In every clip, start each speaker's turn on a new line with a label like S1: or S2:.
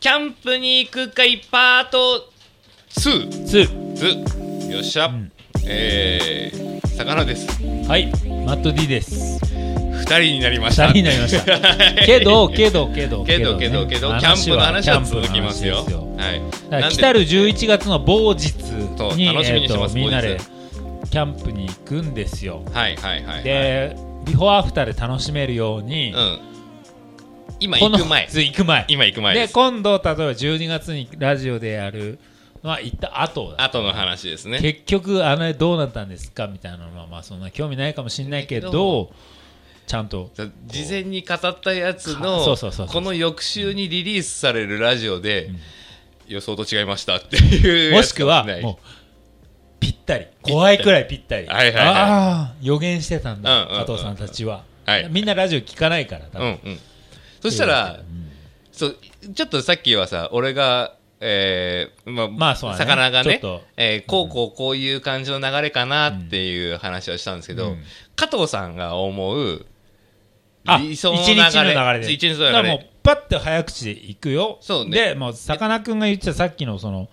S1: キャンプに行く会パート
S2: 2
S3: ツ
S2: ズよっしゃ、
S3: ん
S2: えー、魚です
S3: ーはいマット D です
S2: 2人になりました
S3: 2人になりました けどけどけど
S2: けどけど
S3: ね
S2: けど、
S3: 話
S2: キャンプの話は
S3: キャンプの
S2: 続きますよ
S3: 話です
S2: はい
S3: だか
S2: な
S3: ら
S2: んで
S3: 来たる11月の某日
S2: そう
S3: に
S2: 楽しみにしてます
S3: えーとみんな
S2: 某
S3: でキャンプに行くんですよ
S2: はいはいはい
S3: でビフォーアフターで楽しめるように
S2: うん今行く前
S3: そう行く前
S2: 今行く前で
S3: です今度例えば12月にラジオでやるのは行った後だ
S2: 後の話ですね
S3: 結局あれどうなったんですかみたいなのはまあそんな興味ないかもしれないけ
S2: け
S3: ど
S2: ど
S3: ちゃんと
S2: だ事前に語ったやつの
S3: かそうそうそうそう
S2: この翌週にリリースされるラジオで、予想と違いましたっていう
S3: もしくは
S2: やつかしれない
S3: もうぴったり怖いくらいぴったり
S2: はいはいはい
S3: ああ予言してたんだ
S2: うんうんうん
S3: 加藤さんたちは
S2: はい
S3: みんなラジオ聞かないから多
S2: う
S3: 分
S2: んうんそしたら、
S3: うん
S2: そうちょっとさっきはさ俺がえーまあ、
S3: まあそうだね
S2: 魚がね
S3: ちょっと、
S2: えーこうこうこういう感じの流れかなっていう話はしたんですけど、
S3: うん
S2: 加藤さんが思う
S3: あ
S2: 理想の流
S3: 一
S2: れ
S3: 日の流れで
S2: 一日の流れ
S3: だからもうパッて早口で行くよ
S2: そうね
S3: でもうさかなクンが言ってたさっきのその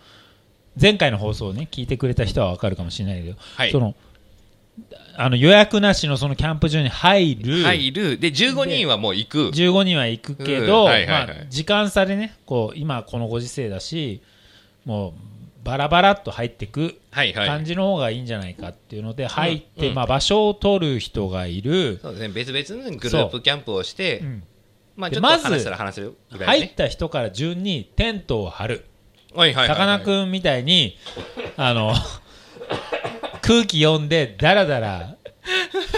S3: 前回の放送をね聞いてくれた人は分かるかもしれないけど、
S2: はい
S3: そのあの予約なしのそのキャンプ場に入る、
S2: 入るで15人はもう行く
S3: 15人は行くけど、
S2: うんはいはいはい
S3: まあ、時間差でねこう今このご時世だしもうバラバラっと入ってく
S2: はいは
S3: 感
S2: い
S3: じの方がいいんじゃないかっていうので入って、
S2: うん
S3: まあ、場所を取る人がいる、
S2: そうですね別々のグループキャンプをして、
S3: うん
S2: まあ
S3: で
S2: ちょっと
S3: ま
S2: 話
S3: ず
S2: したら話せるぐらい、
S3: 入っ
S2: ね、
S3: た人から順にテントを張る
S2: はいはい
S3: さかな
S2: はい
S3: クンみたいにあの 空気読んでダラダラ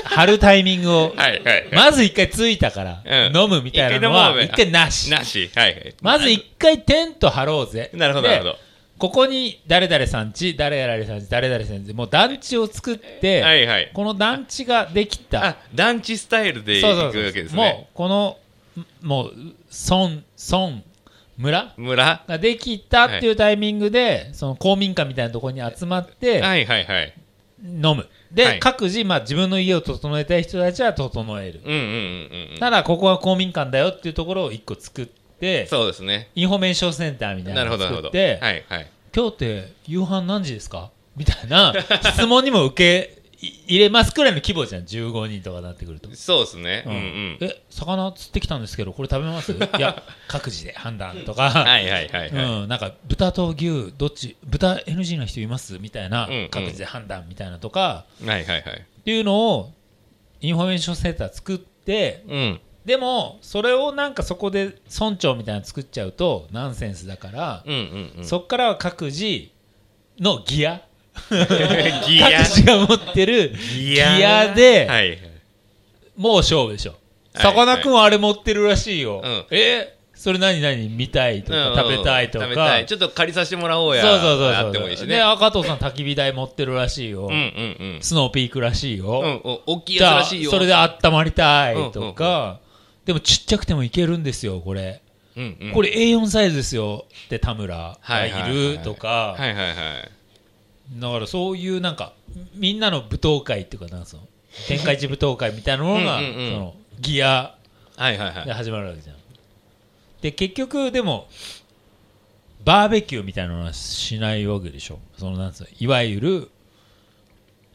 S3: 張るタイミングを
S2: はいはい
S3: まず一回着いたから
S2: うん
S3: 飲むみたいなのは
S2: 一回飲もう
S3: 一回なし
S2: なしはいはい
S3: まず一回テント張ろうぜ
S2: なるほどなるほど
S3: でここに誰々さんち誰々さんち誰々さんちもう団地を作って、
S2: はいはい
S3: この団地ができた
S2: あ団地スタイルで行くわけです
S3: も
S2: ね
S3: うこのんもう村村村
S2: 村
S3: ができたっていうタイミングで、その公民館みたいなところに集まって
S2: はいはいはい
S3: 飲むで、
S2: はい
S3: 各自、まあ、自分の家を整えたい人たちは整える、
S2: うんうんうんうん
S3: ただここは公民館だよっていうところを1個作って
S2: そうですね
S3: インフォメーションセンターみたい
S2: な
S3: な
S2: る
S3: の
S2: ほ
S3: を
S2: どなるほど
S3: 作っ
S2: は
S3: て
S2: いはい
S3: 今日って夕飯何時ですかみたいな質問にも受けい入れますくらいの規模じゃん15人とかなってくると。
S2: そうですねうんうん
S3: え魚釣ってきたんですけどこれ食 べますいや各自で判断とか、
S2: はいはいはいはい
S3: うん、なんか豚と牛どっち豚 NG な人いますみたいな、
S2: うんうん
S3: 各自で判断みたいなとか
S2: はいはいはい
S3: っていうのをインフォメーションセンター作って
S2: うん
S3: でもそれをなんかそこで村長みたいなの作っちゃうとナンセンスだから、
S2: うんうんうん
S3: そっからは各自のギア
S2: ギ
S3: 各自が持ってるギアで、
S2: はい
S3: もう勝負でしょ
S2: はい
S3: さかなクンはあれ持ってるらしいよ、
S2: うん
S3: えそれ何何見たいとか、
S2: うん
S3: 食べたいとか
S2: 食べたいちょっと借りさせてもらおうや
S3: そうそうそうそう
S2: あってもいいし
S3: で
S2: ね
S3: 赤藤さん焚き火台持ってるらしいよ、
S2: うんうんうん
S3: スノーピークらしいよ、
S2: うんお大きい
S3: じ
S2: やつ
S3: ゃ
S2: ら
S3: あ
S2: しいよ
S3: それで温まりたいとか、でもちっちゃくてもいけるんですよこれ、
S2: うんうん
S3: これ A4 サイズですよって田村が
S2: はいはいはい
S3: いるとか、
S2: はいはいはい
S3: だからそういうなんかみんなの舞踏会っていうかなんかその天下一舞踏会みたいなものが
S2: うんうんうん
S3: そのギア
S2: はいはいはい
S3: で始まるわけじゃん。で結局でもバーベキューみたいなのはしないわけでしょそのなんつうのいわゆる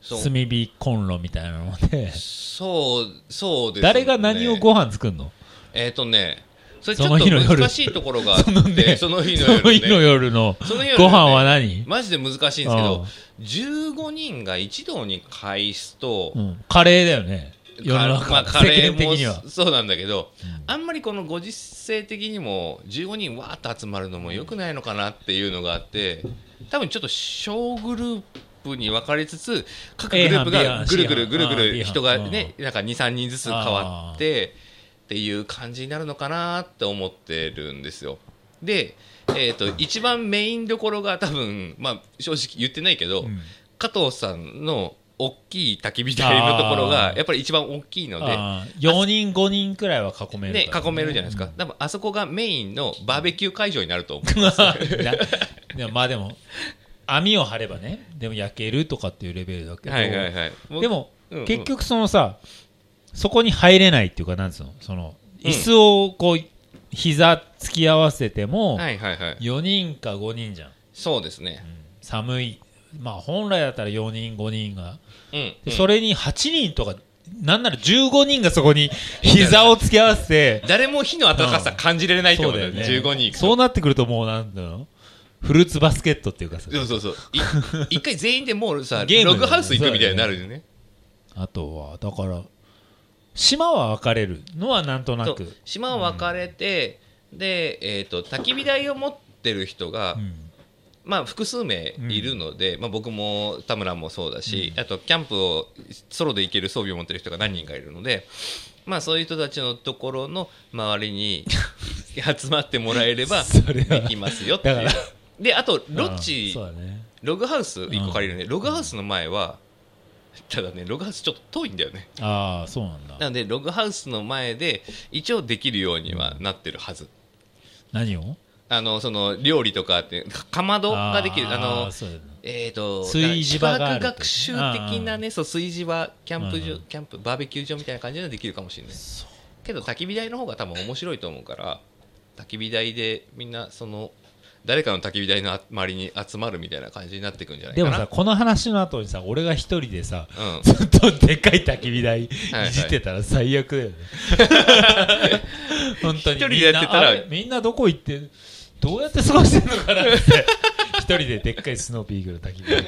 S2: そう
S3: 炭火コンロみたいなので
S2: そうそうですね
S3: 誰が何をご飯作るの
S2: えっとねそれち
S3: そ
S2: ょ
S3: の
S2: っ
S3: 日の夜
S2: と難しいところがあっ
S3: その
S2: て
S3: ね
S2: その日の
S3: その日の
S2: 夜ね
S3: 夜の
S2: その日の夜ね
S3: ご飯は何
S2: マジで難しいんですけど15人が一堂に会すと
S3: うんカレーだよね世の
S2: ま
S3: 中
S2: あカレ
S3: 世
S2: ー
S3: 間的
S2: も
S3: には
S2: そうなんだけどあんまりこのご時世的にも15人わーっと集まるのもよくないのかなっていうのがあって多分ちょっと小グループに分かれつつ各グループ
S3: A 班
S2: が
S3: B 班
S2: ぐるぐる
S3: C 班
S2: ぐるぐ
S3: あー B
S2: る
S3: 班
S2: 人がねなんか23人ずつ変わってっていう感じになるのかなって思ってるんですよ。で、えー、と一番メインどころが多分、まあ、正直言ってないけど、
S3: うん
S2: 加藤さんの大きい焚き火台のところ
S3: あ
S2: が
S3: ー
S2: やっぱり一番大きいので。
S3: あー4人5人くらいは囲める
S2: ね、
S3: から
S2: 囲めるじゃないです か、多分あそこがメインのバーベキュー会場になると思う
S3: なでもまあでも網を張ればねでも焼けるとかっていうレベルだけど、
S2: はいはいはい
S3: で
S2: う
S3: も、
S2: んうん
S3: 結局そのさそこに入れないっていうかなんつうのその椅子をこう、膝突き合わせても、
S2: はいはいはい
S3: 4人か5人じゃん、
S2: そうですね
S3: 寒いまあ本来だったら4人5人が
S2: うん、
S3: で
S2: うん
S3: それに8人とかなんなら15人がそこに膝を突き合わ せて
S2: 誰も火の温かさ感じられないって
S3: そ
S2: こ
S3: う
S2: とだ
S3: だよ
S2: よ
S3: ね
S2: ね15人いくと
S3: そうなってくるともうなんだろうフルーツバスケットっていうかさ
S2: そうそうそうい 一回全員でもうさ
S3: ゲームだよ
S2: ロ
S3: ね
S2: グハウス行くみたいになるよね
S3: あとはだから島は分かれるのはなんとな
S2: そう
S3: く、
S2: 島を分かれて、で、えー、と焚き火台を持ってる人が、
S3: うん
S2: まあ、複数名いるので、まあ、僕も田村もそうだし、あとキャンプをソロで行ける装備を持ってる人が何人かいるので、まあ、そういう人たちのところの周りに 集まってもらえれば
S3: それは
S2: できますよっていう
S3: だから
S2: であとロッ
S3: あ
S2: チ
S3: そうだね
S2: ログハウス1個借りるね、ログハウスの前はただねログハウスちょっと遠いんだよね
S3: ああそうなんだ
S2: なのでログハウスの前で一応できるようにはなってるはず
S3: 何を
S2: あのその料理とかってかかまどができるあの
S3: そうだね
S2: えー、と
S3: 炊事場がある
S2: 宿泊学習的なねそう炊事場キャンプ場、
S3: うん
S2: キャンプバーベキュー場みたいな感じのできるかもしれない
S3: そ
S2: けど焚き火台の方が多分面白いと思うから焚き火台でみんなその誰かの焚き火台の周りに集まるみたいな感じになっていくんじゃない
S3: で
S2: か
S3: も
S2: な
S3: さこの話の後にさ俺が一人でさ
S2: うん
S3: ずっとでかい焚き火台い
S2: はい
S3: じってたら最悪だ よね本当
S2: 一
S3: に
S2: 人でやってたら
S3: みんなあれみんなどこ行ってどうやって過ごしてんのかなって 一人ででっかいスノーピーグル焚き 火台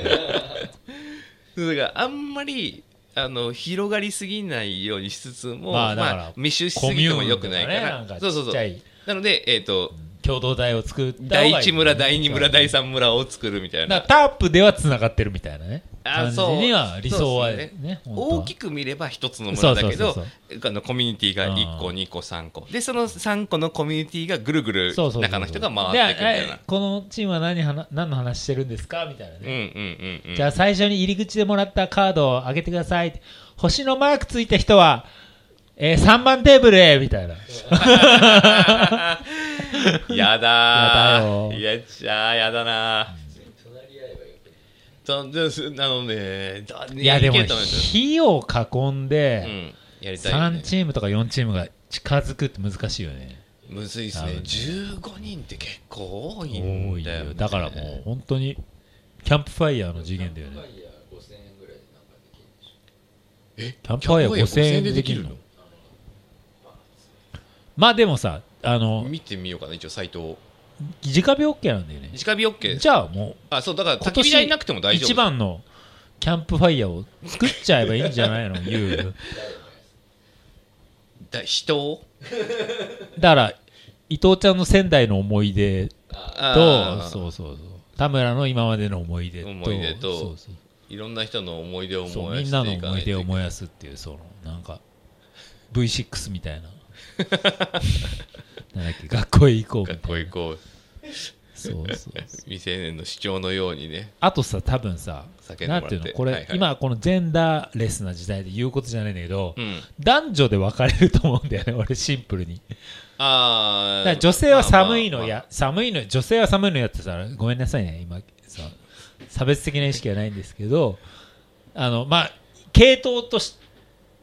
S2: だからあんまりあの広がりすぎないようにしつつも、
S3: ま
S2: ま
S3: あ
S2: あ
S3: だから
S2: 密集しすぎてもよくないか
S3: コミュー
S2: ら
S3: ンとかねなんか
S2: そうそう
S3: ちっ
S2: そう
S3: ちゃい
S2: なので、えー、と
S3: 共同体を作った方がいい
S2: 第一村第二村第三村を作るみたい
S3: だ
S2: な
S3: からタープではつながってるみたいなね
S2: あ
S3: 感じ
S2: そう
S3: には理想は
S2: そうで
S3: ね
S2: すね
S3: 本当は
S2: 大きく見れば一つの村だけど
S3: そうそう
S2: あのコミュニティが1個
S3: うん
S2: 2個3個でその3個のコミュニティがぐるぐる
S3: そうそうそう
S2: 中の人が回ってくみたい
S3: で
S2: な
S3: あえこのチームは何話何の話してるんですかみたいなね
S2: うんうんうんうん
S3: じゃあ最初に入り口でもらったカードを上げてください。星のマークついた人は、えー、3番テーブルへみたいな。
S2: やだ
S3: や
S2: ー
S3: だよ
S2: やっちゃーやだなーとですなのでだね
S3: いやでも
S2: けると思うんすよ
S3: 火を囲ん
S2: う
S3: で、
S2: んやりたいよ
S3: 3
S2: ね
S3: チームとか4チームが近づくって難しいよね。
S2: むずいです
S3: 多
S2: ね
S3: 分ね
S2: 15人って結構多い
S3: 多
S2: ん
S3: い
S2: だよ、
S3: よ。
S2: ね、
S3: だからもう本当に、キャンプファイヤーの次元だよね。
S2: え
S3: キャンプファイヤー5000円でできるのまあでもさ、あの、
S2: 見てみようかな一応サイトを
S3: 直火 OK なんだよね。
S2: 直火 OK
S3: じゃあもう、
S2: あそうだから
S3: 今
S2: 焚
S3: 年
S2: き火台なくても大丈夫
S3: 一番のキャンプファイヤーを作っちゃえばいいんじ ゃないの言う
S2: だ人を
S3: だから伊藤ちゃんの仙台の思い出と
S2: あー
S3: そうそうそう田村の今までの思い出と
S2: 思い出と
S3: そうそう
S2: いろんな人の思い出を
S3: そう
S2: 燃や
S3: み
S2: し
S3: ん
S2: て
S3: ないの
S2: か
S3: 思
S2: ないいと
S3: 出を燃やすっていうそのなんか V6 みたいななんだっけ学校へ行こうみたい
S2: 学
S3: な
S2: 校行こう
S3: そうそうそう
S2: 未成年の主張のようにね
S3: あとさ多分さ
S2: 酒飲ま
S3: な
S2: れ
S3: ん
S2: て
S3: ていうのこ
S2: はい
S3: れ
S2: はい
S3: 今このジェンダーレスな時代で言うことじゃないんだけど
S2: うん
S3: 男女で分かれると思うんだよね俺シンプルに
S2: あ
S3: だか
S2: あ
S3: ら女性は寒いの
S2: まあまあ
S3: や、寒いの、女性は寒いのやってたら、ごめんなさいね、今、さ差別的な意識はないんですけど、あの、まあ、系統とし、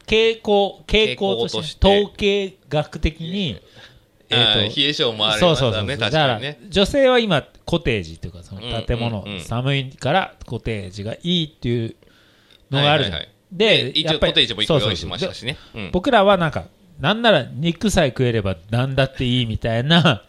S3: 傾向、傾向として、
S2: 傾向として
S3: 統計学的に、
S2: あー
S3: えーと
S2: 冷え性もあり
S3: そう
S2: ます
S3: そう
S2: か
S3: そ
S2: ら
S3: う。
S2: ね
S3: だ
S2: 確
S3: か
S2: からにね、
S3: 女性は今、コテージというか、その建物、
S2: うんうんうん
S3: 寒いからコテージがいいっていうのがあるじゃん。
S2: はいはい
S3: で、
S2: 一
S3: や
S2: 応
S3: っぱ
S2: コ
S3: り
S2: テージも一
S3: そ
S2: 個
S3: うそう
S2: 用意
S3: そ
S2: し
S3: う
S2: ましたしねうん
S3: 僕らはなんか、なんなら肉さえ食えれば何だっていいみたいな、
S2: は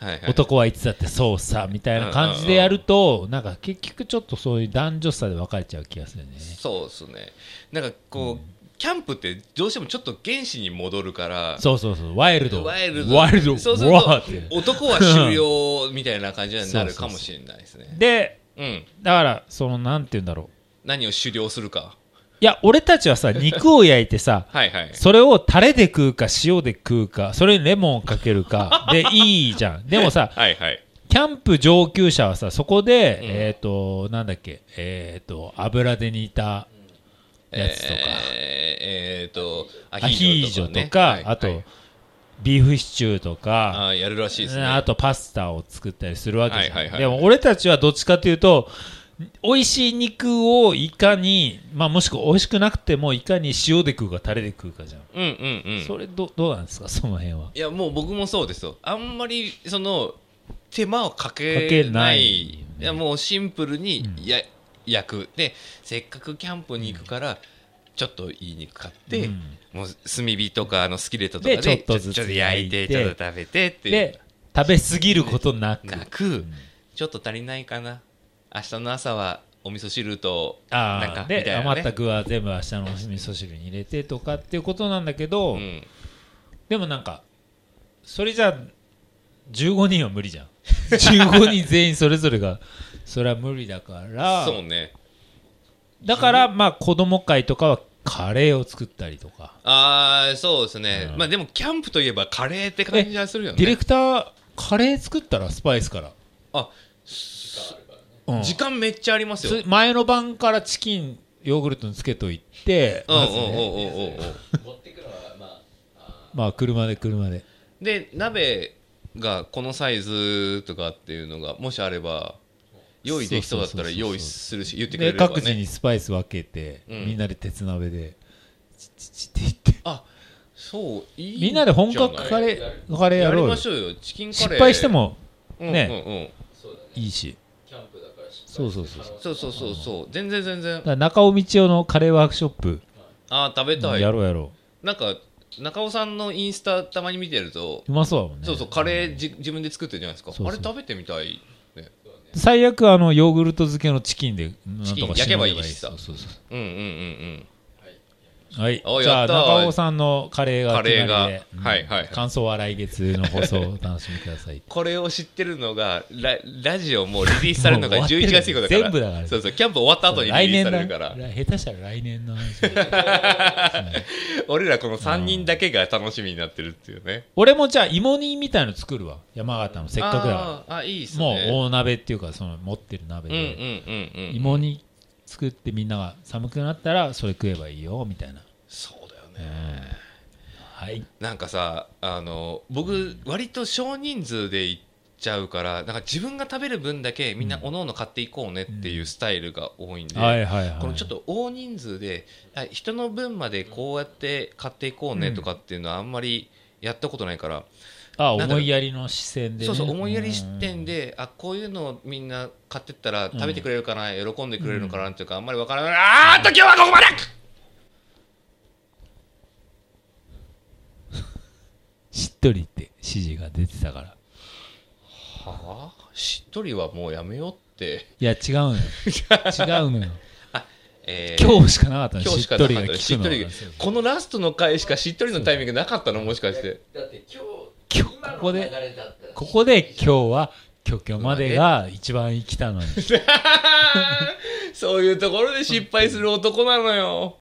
S2: いはい
S3: 男はいつだってそうさみたいな感じでやるとなんか結局ちょっとそういう男女差で分かれちゃう気がするね
S2: そうですねなんかこう、キャンプってどうしてもちょっと原始に戻るから
S3: そうそうそうワイルド
S2: ワイルド
S3: ワイルド
S2: そうする
S3: う
S2: と
S3: わーって
S2: 男は狩猟みたいな感じになるかもしれない ですね
S3: で
S2: うん
S3: だからそのなんて言うんだろう
S2: 何を狩猟するか
S3: いや俺た ちはさ肉を焼いてさ
S2: はいはい
S3: それをタレで食うか塩で食うかそれにレモンかけるかでいいじゃんでもさ
S2: はいはい
S3: キャンプ上級者はさそこで、
S2: うん
S3: えっ、となんだっけえっ、と油で煮たやつとか、
S2: えーえーとア
S3: アヒージョ
S2: ね
S3: とか、
S2: はい
S3: あと、
S2: はい
S3: ビーフシチューと
S2: あ
S3: か、
S2: ーやるらしいですね
S3: あとパスタを作ってたりするわけじゃん、
S2: はいはいはい
S3: でも俺たちはどっちかというと美味しい肉をいかに、まあ、もしくは美味しくなくてもいかに塩で食うかタレで食うかじゃん、
S2: うんうんうん
S3: それどどうなんですかその辺はい
S2: やもう僕もそうですよあんまりその手間をかけない
S3: かけない
S2: いやもうシンプルに
S3: うん
S2: や、焼くでせっかくキャンプに行くから、ちょっといい肉買って、
S3: うん
S2: もう炭火とかあのスキレットとかで
S3: でちょっとずつ
S2: ちょっと焼いてち
S3: 焼いて
S2: ょっと食べてっていう
S3: で食べ過ぎることなく
S2: なく、ちょっと足りないかな明日の朝はお味噌汁とな
S3: あ
S2: ん
S3: あ
S2: かみ
S3: で
S2: たいな、ね、
S3: 余った具は全部明日のお味噌汁に入れてとかっていうことなんだけど、
S2: うん、
S3: でもなんかそれじゃ15人は無理じゃん 15人全員それぞれがそれは無理だから
S2: そうね
S3: だからまあ子供会とかはカレーを作ったりとか、
S2: ああそうですね、
S3: うん
S2: まあでもキャンプといえばカレーって感じがするよね
S3: ディレクターカレー作ったらスパイスから、
S2: あ
S3: うん
S2: 時間めっちゃありますよ
S3: それ前の晩からチキンヨーグルトにつけといて、
S2: うんうん
S3: まずね
S2: うんうんうんうん
S3: まあ車で車で
S2: で鍋がこのサイズとかっていうのがもしあれば用意できそうだったら
S3: そうそうそうそう
S2: 用意するし言ってくれ
S3: で
S2: れば
S3: 各自
S2: ね
S3: にスパイス分けて、
S2: うん
S3: みんなで鉄鍋でチッチッチッって言って
S2: あそういい
S3: みんなで本格カ
S2: ー
S3: レーカレーや
S2: やり
S3: ろうよ
S2: ましょうよチキンカレー
S3: 失敗しても
S2: うんうんうん
S3: いいしそうそうそうそう
S2: そうそうそうそう全然全然
S3: だから中尾道夫のカレーワークショップ
S2: あー食べた
S3: や
S2: い
S3: ろうやろ
S2: なんか中尾さんのインスタたまに見てると
S3: ううまそうだもんね
S2: そうそうカレーじ自分で作ってるじゃないですか
S3: そうそう
S2: あれ食べてみたいね
S3: 最悪あのヨーグルト漬けのチキンでなんとか
S2: 焼けばいいし
S3: そ
S2: さ
S3: うそうそ
S2: うんうんうんうん
S3: うはい
S2: お
S3: じゃ
S2: や
S3: あ
S2: ったー
S3: 中尾さんのカレーが
S2: カレーが
S3: 隣でうん
S2: はいはいはい
S3: 感想は来月の放送をお楽しみください
S2: これを知ってるのがララジオもうリリース されるのが11月以降だから
S3: もう終わってる全部だから
S2: そうそうキャンプ終わった後にリ
S3: 来
S2: リース
S3: 年
S2: さ
S3: だ
S2: れるから
S3: 下手したら来年の話
S2: 俺らこの3人だけが楽しみになってるっていうね
S3: 俺もじゃあ芋煮みたいの作るわ山形のせっかくだから
S2: あーあいいっす
S3: もう
S2: ね
S3: 大鍋っていうかその持ってる鍋
S2: うんうん
S3: で、
S2: うんうん
S3: 芋に作ってみんなが寒くなったらそれ食えばいいよみたいな、
S2: そうだよ
S3: うん
S2: ね
S3: はい
S2: なんかさあの僕割と少人数で行っちゃうからなんか自分が食べる分だけみんなおのおの買っていこうねっていうスタイルが多いんで、
S3: はいはいはい
S2: このちょっと大人数であ人の分までこうやって買っていこうねとかっていうのはあんまりやったことないから、な
S3: あ
S2: んだろう
S3: 思いやりの視線で、ね、
S2: そうそう思いやり視点で、あこういうのをみんな買ってったら食べてくれるかな、喜んでくれるのかなっていうかあんまりわからない、あーっと今日はここまで
S3: うんしっとりって指示が出てたから
S2: はあしっとりはもうやめようって、
S3: いや違うの よ違うのよ
S2: えー
S3: 今日しかなかったの
S2: 今日
S3: し
S2: し
S3: っ
S2: か
S3: と
S2: な
S3: り
S2: か
S3: が
S2: った
S3: 効
S2: ね
S3: く
S2: しっと
S3: の
S2: り
S3: は
S2: このラストの回しかしっとりのタイミングなかったのもしかして
S4: だって今日
S3: 今日ここで
S4: 今の流れだったら
S3: ここで今日は虚虚までが一番生きたのに
S2: そういうところで失敗する男なのよ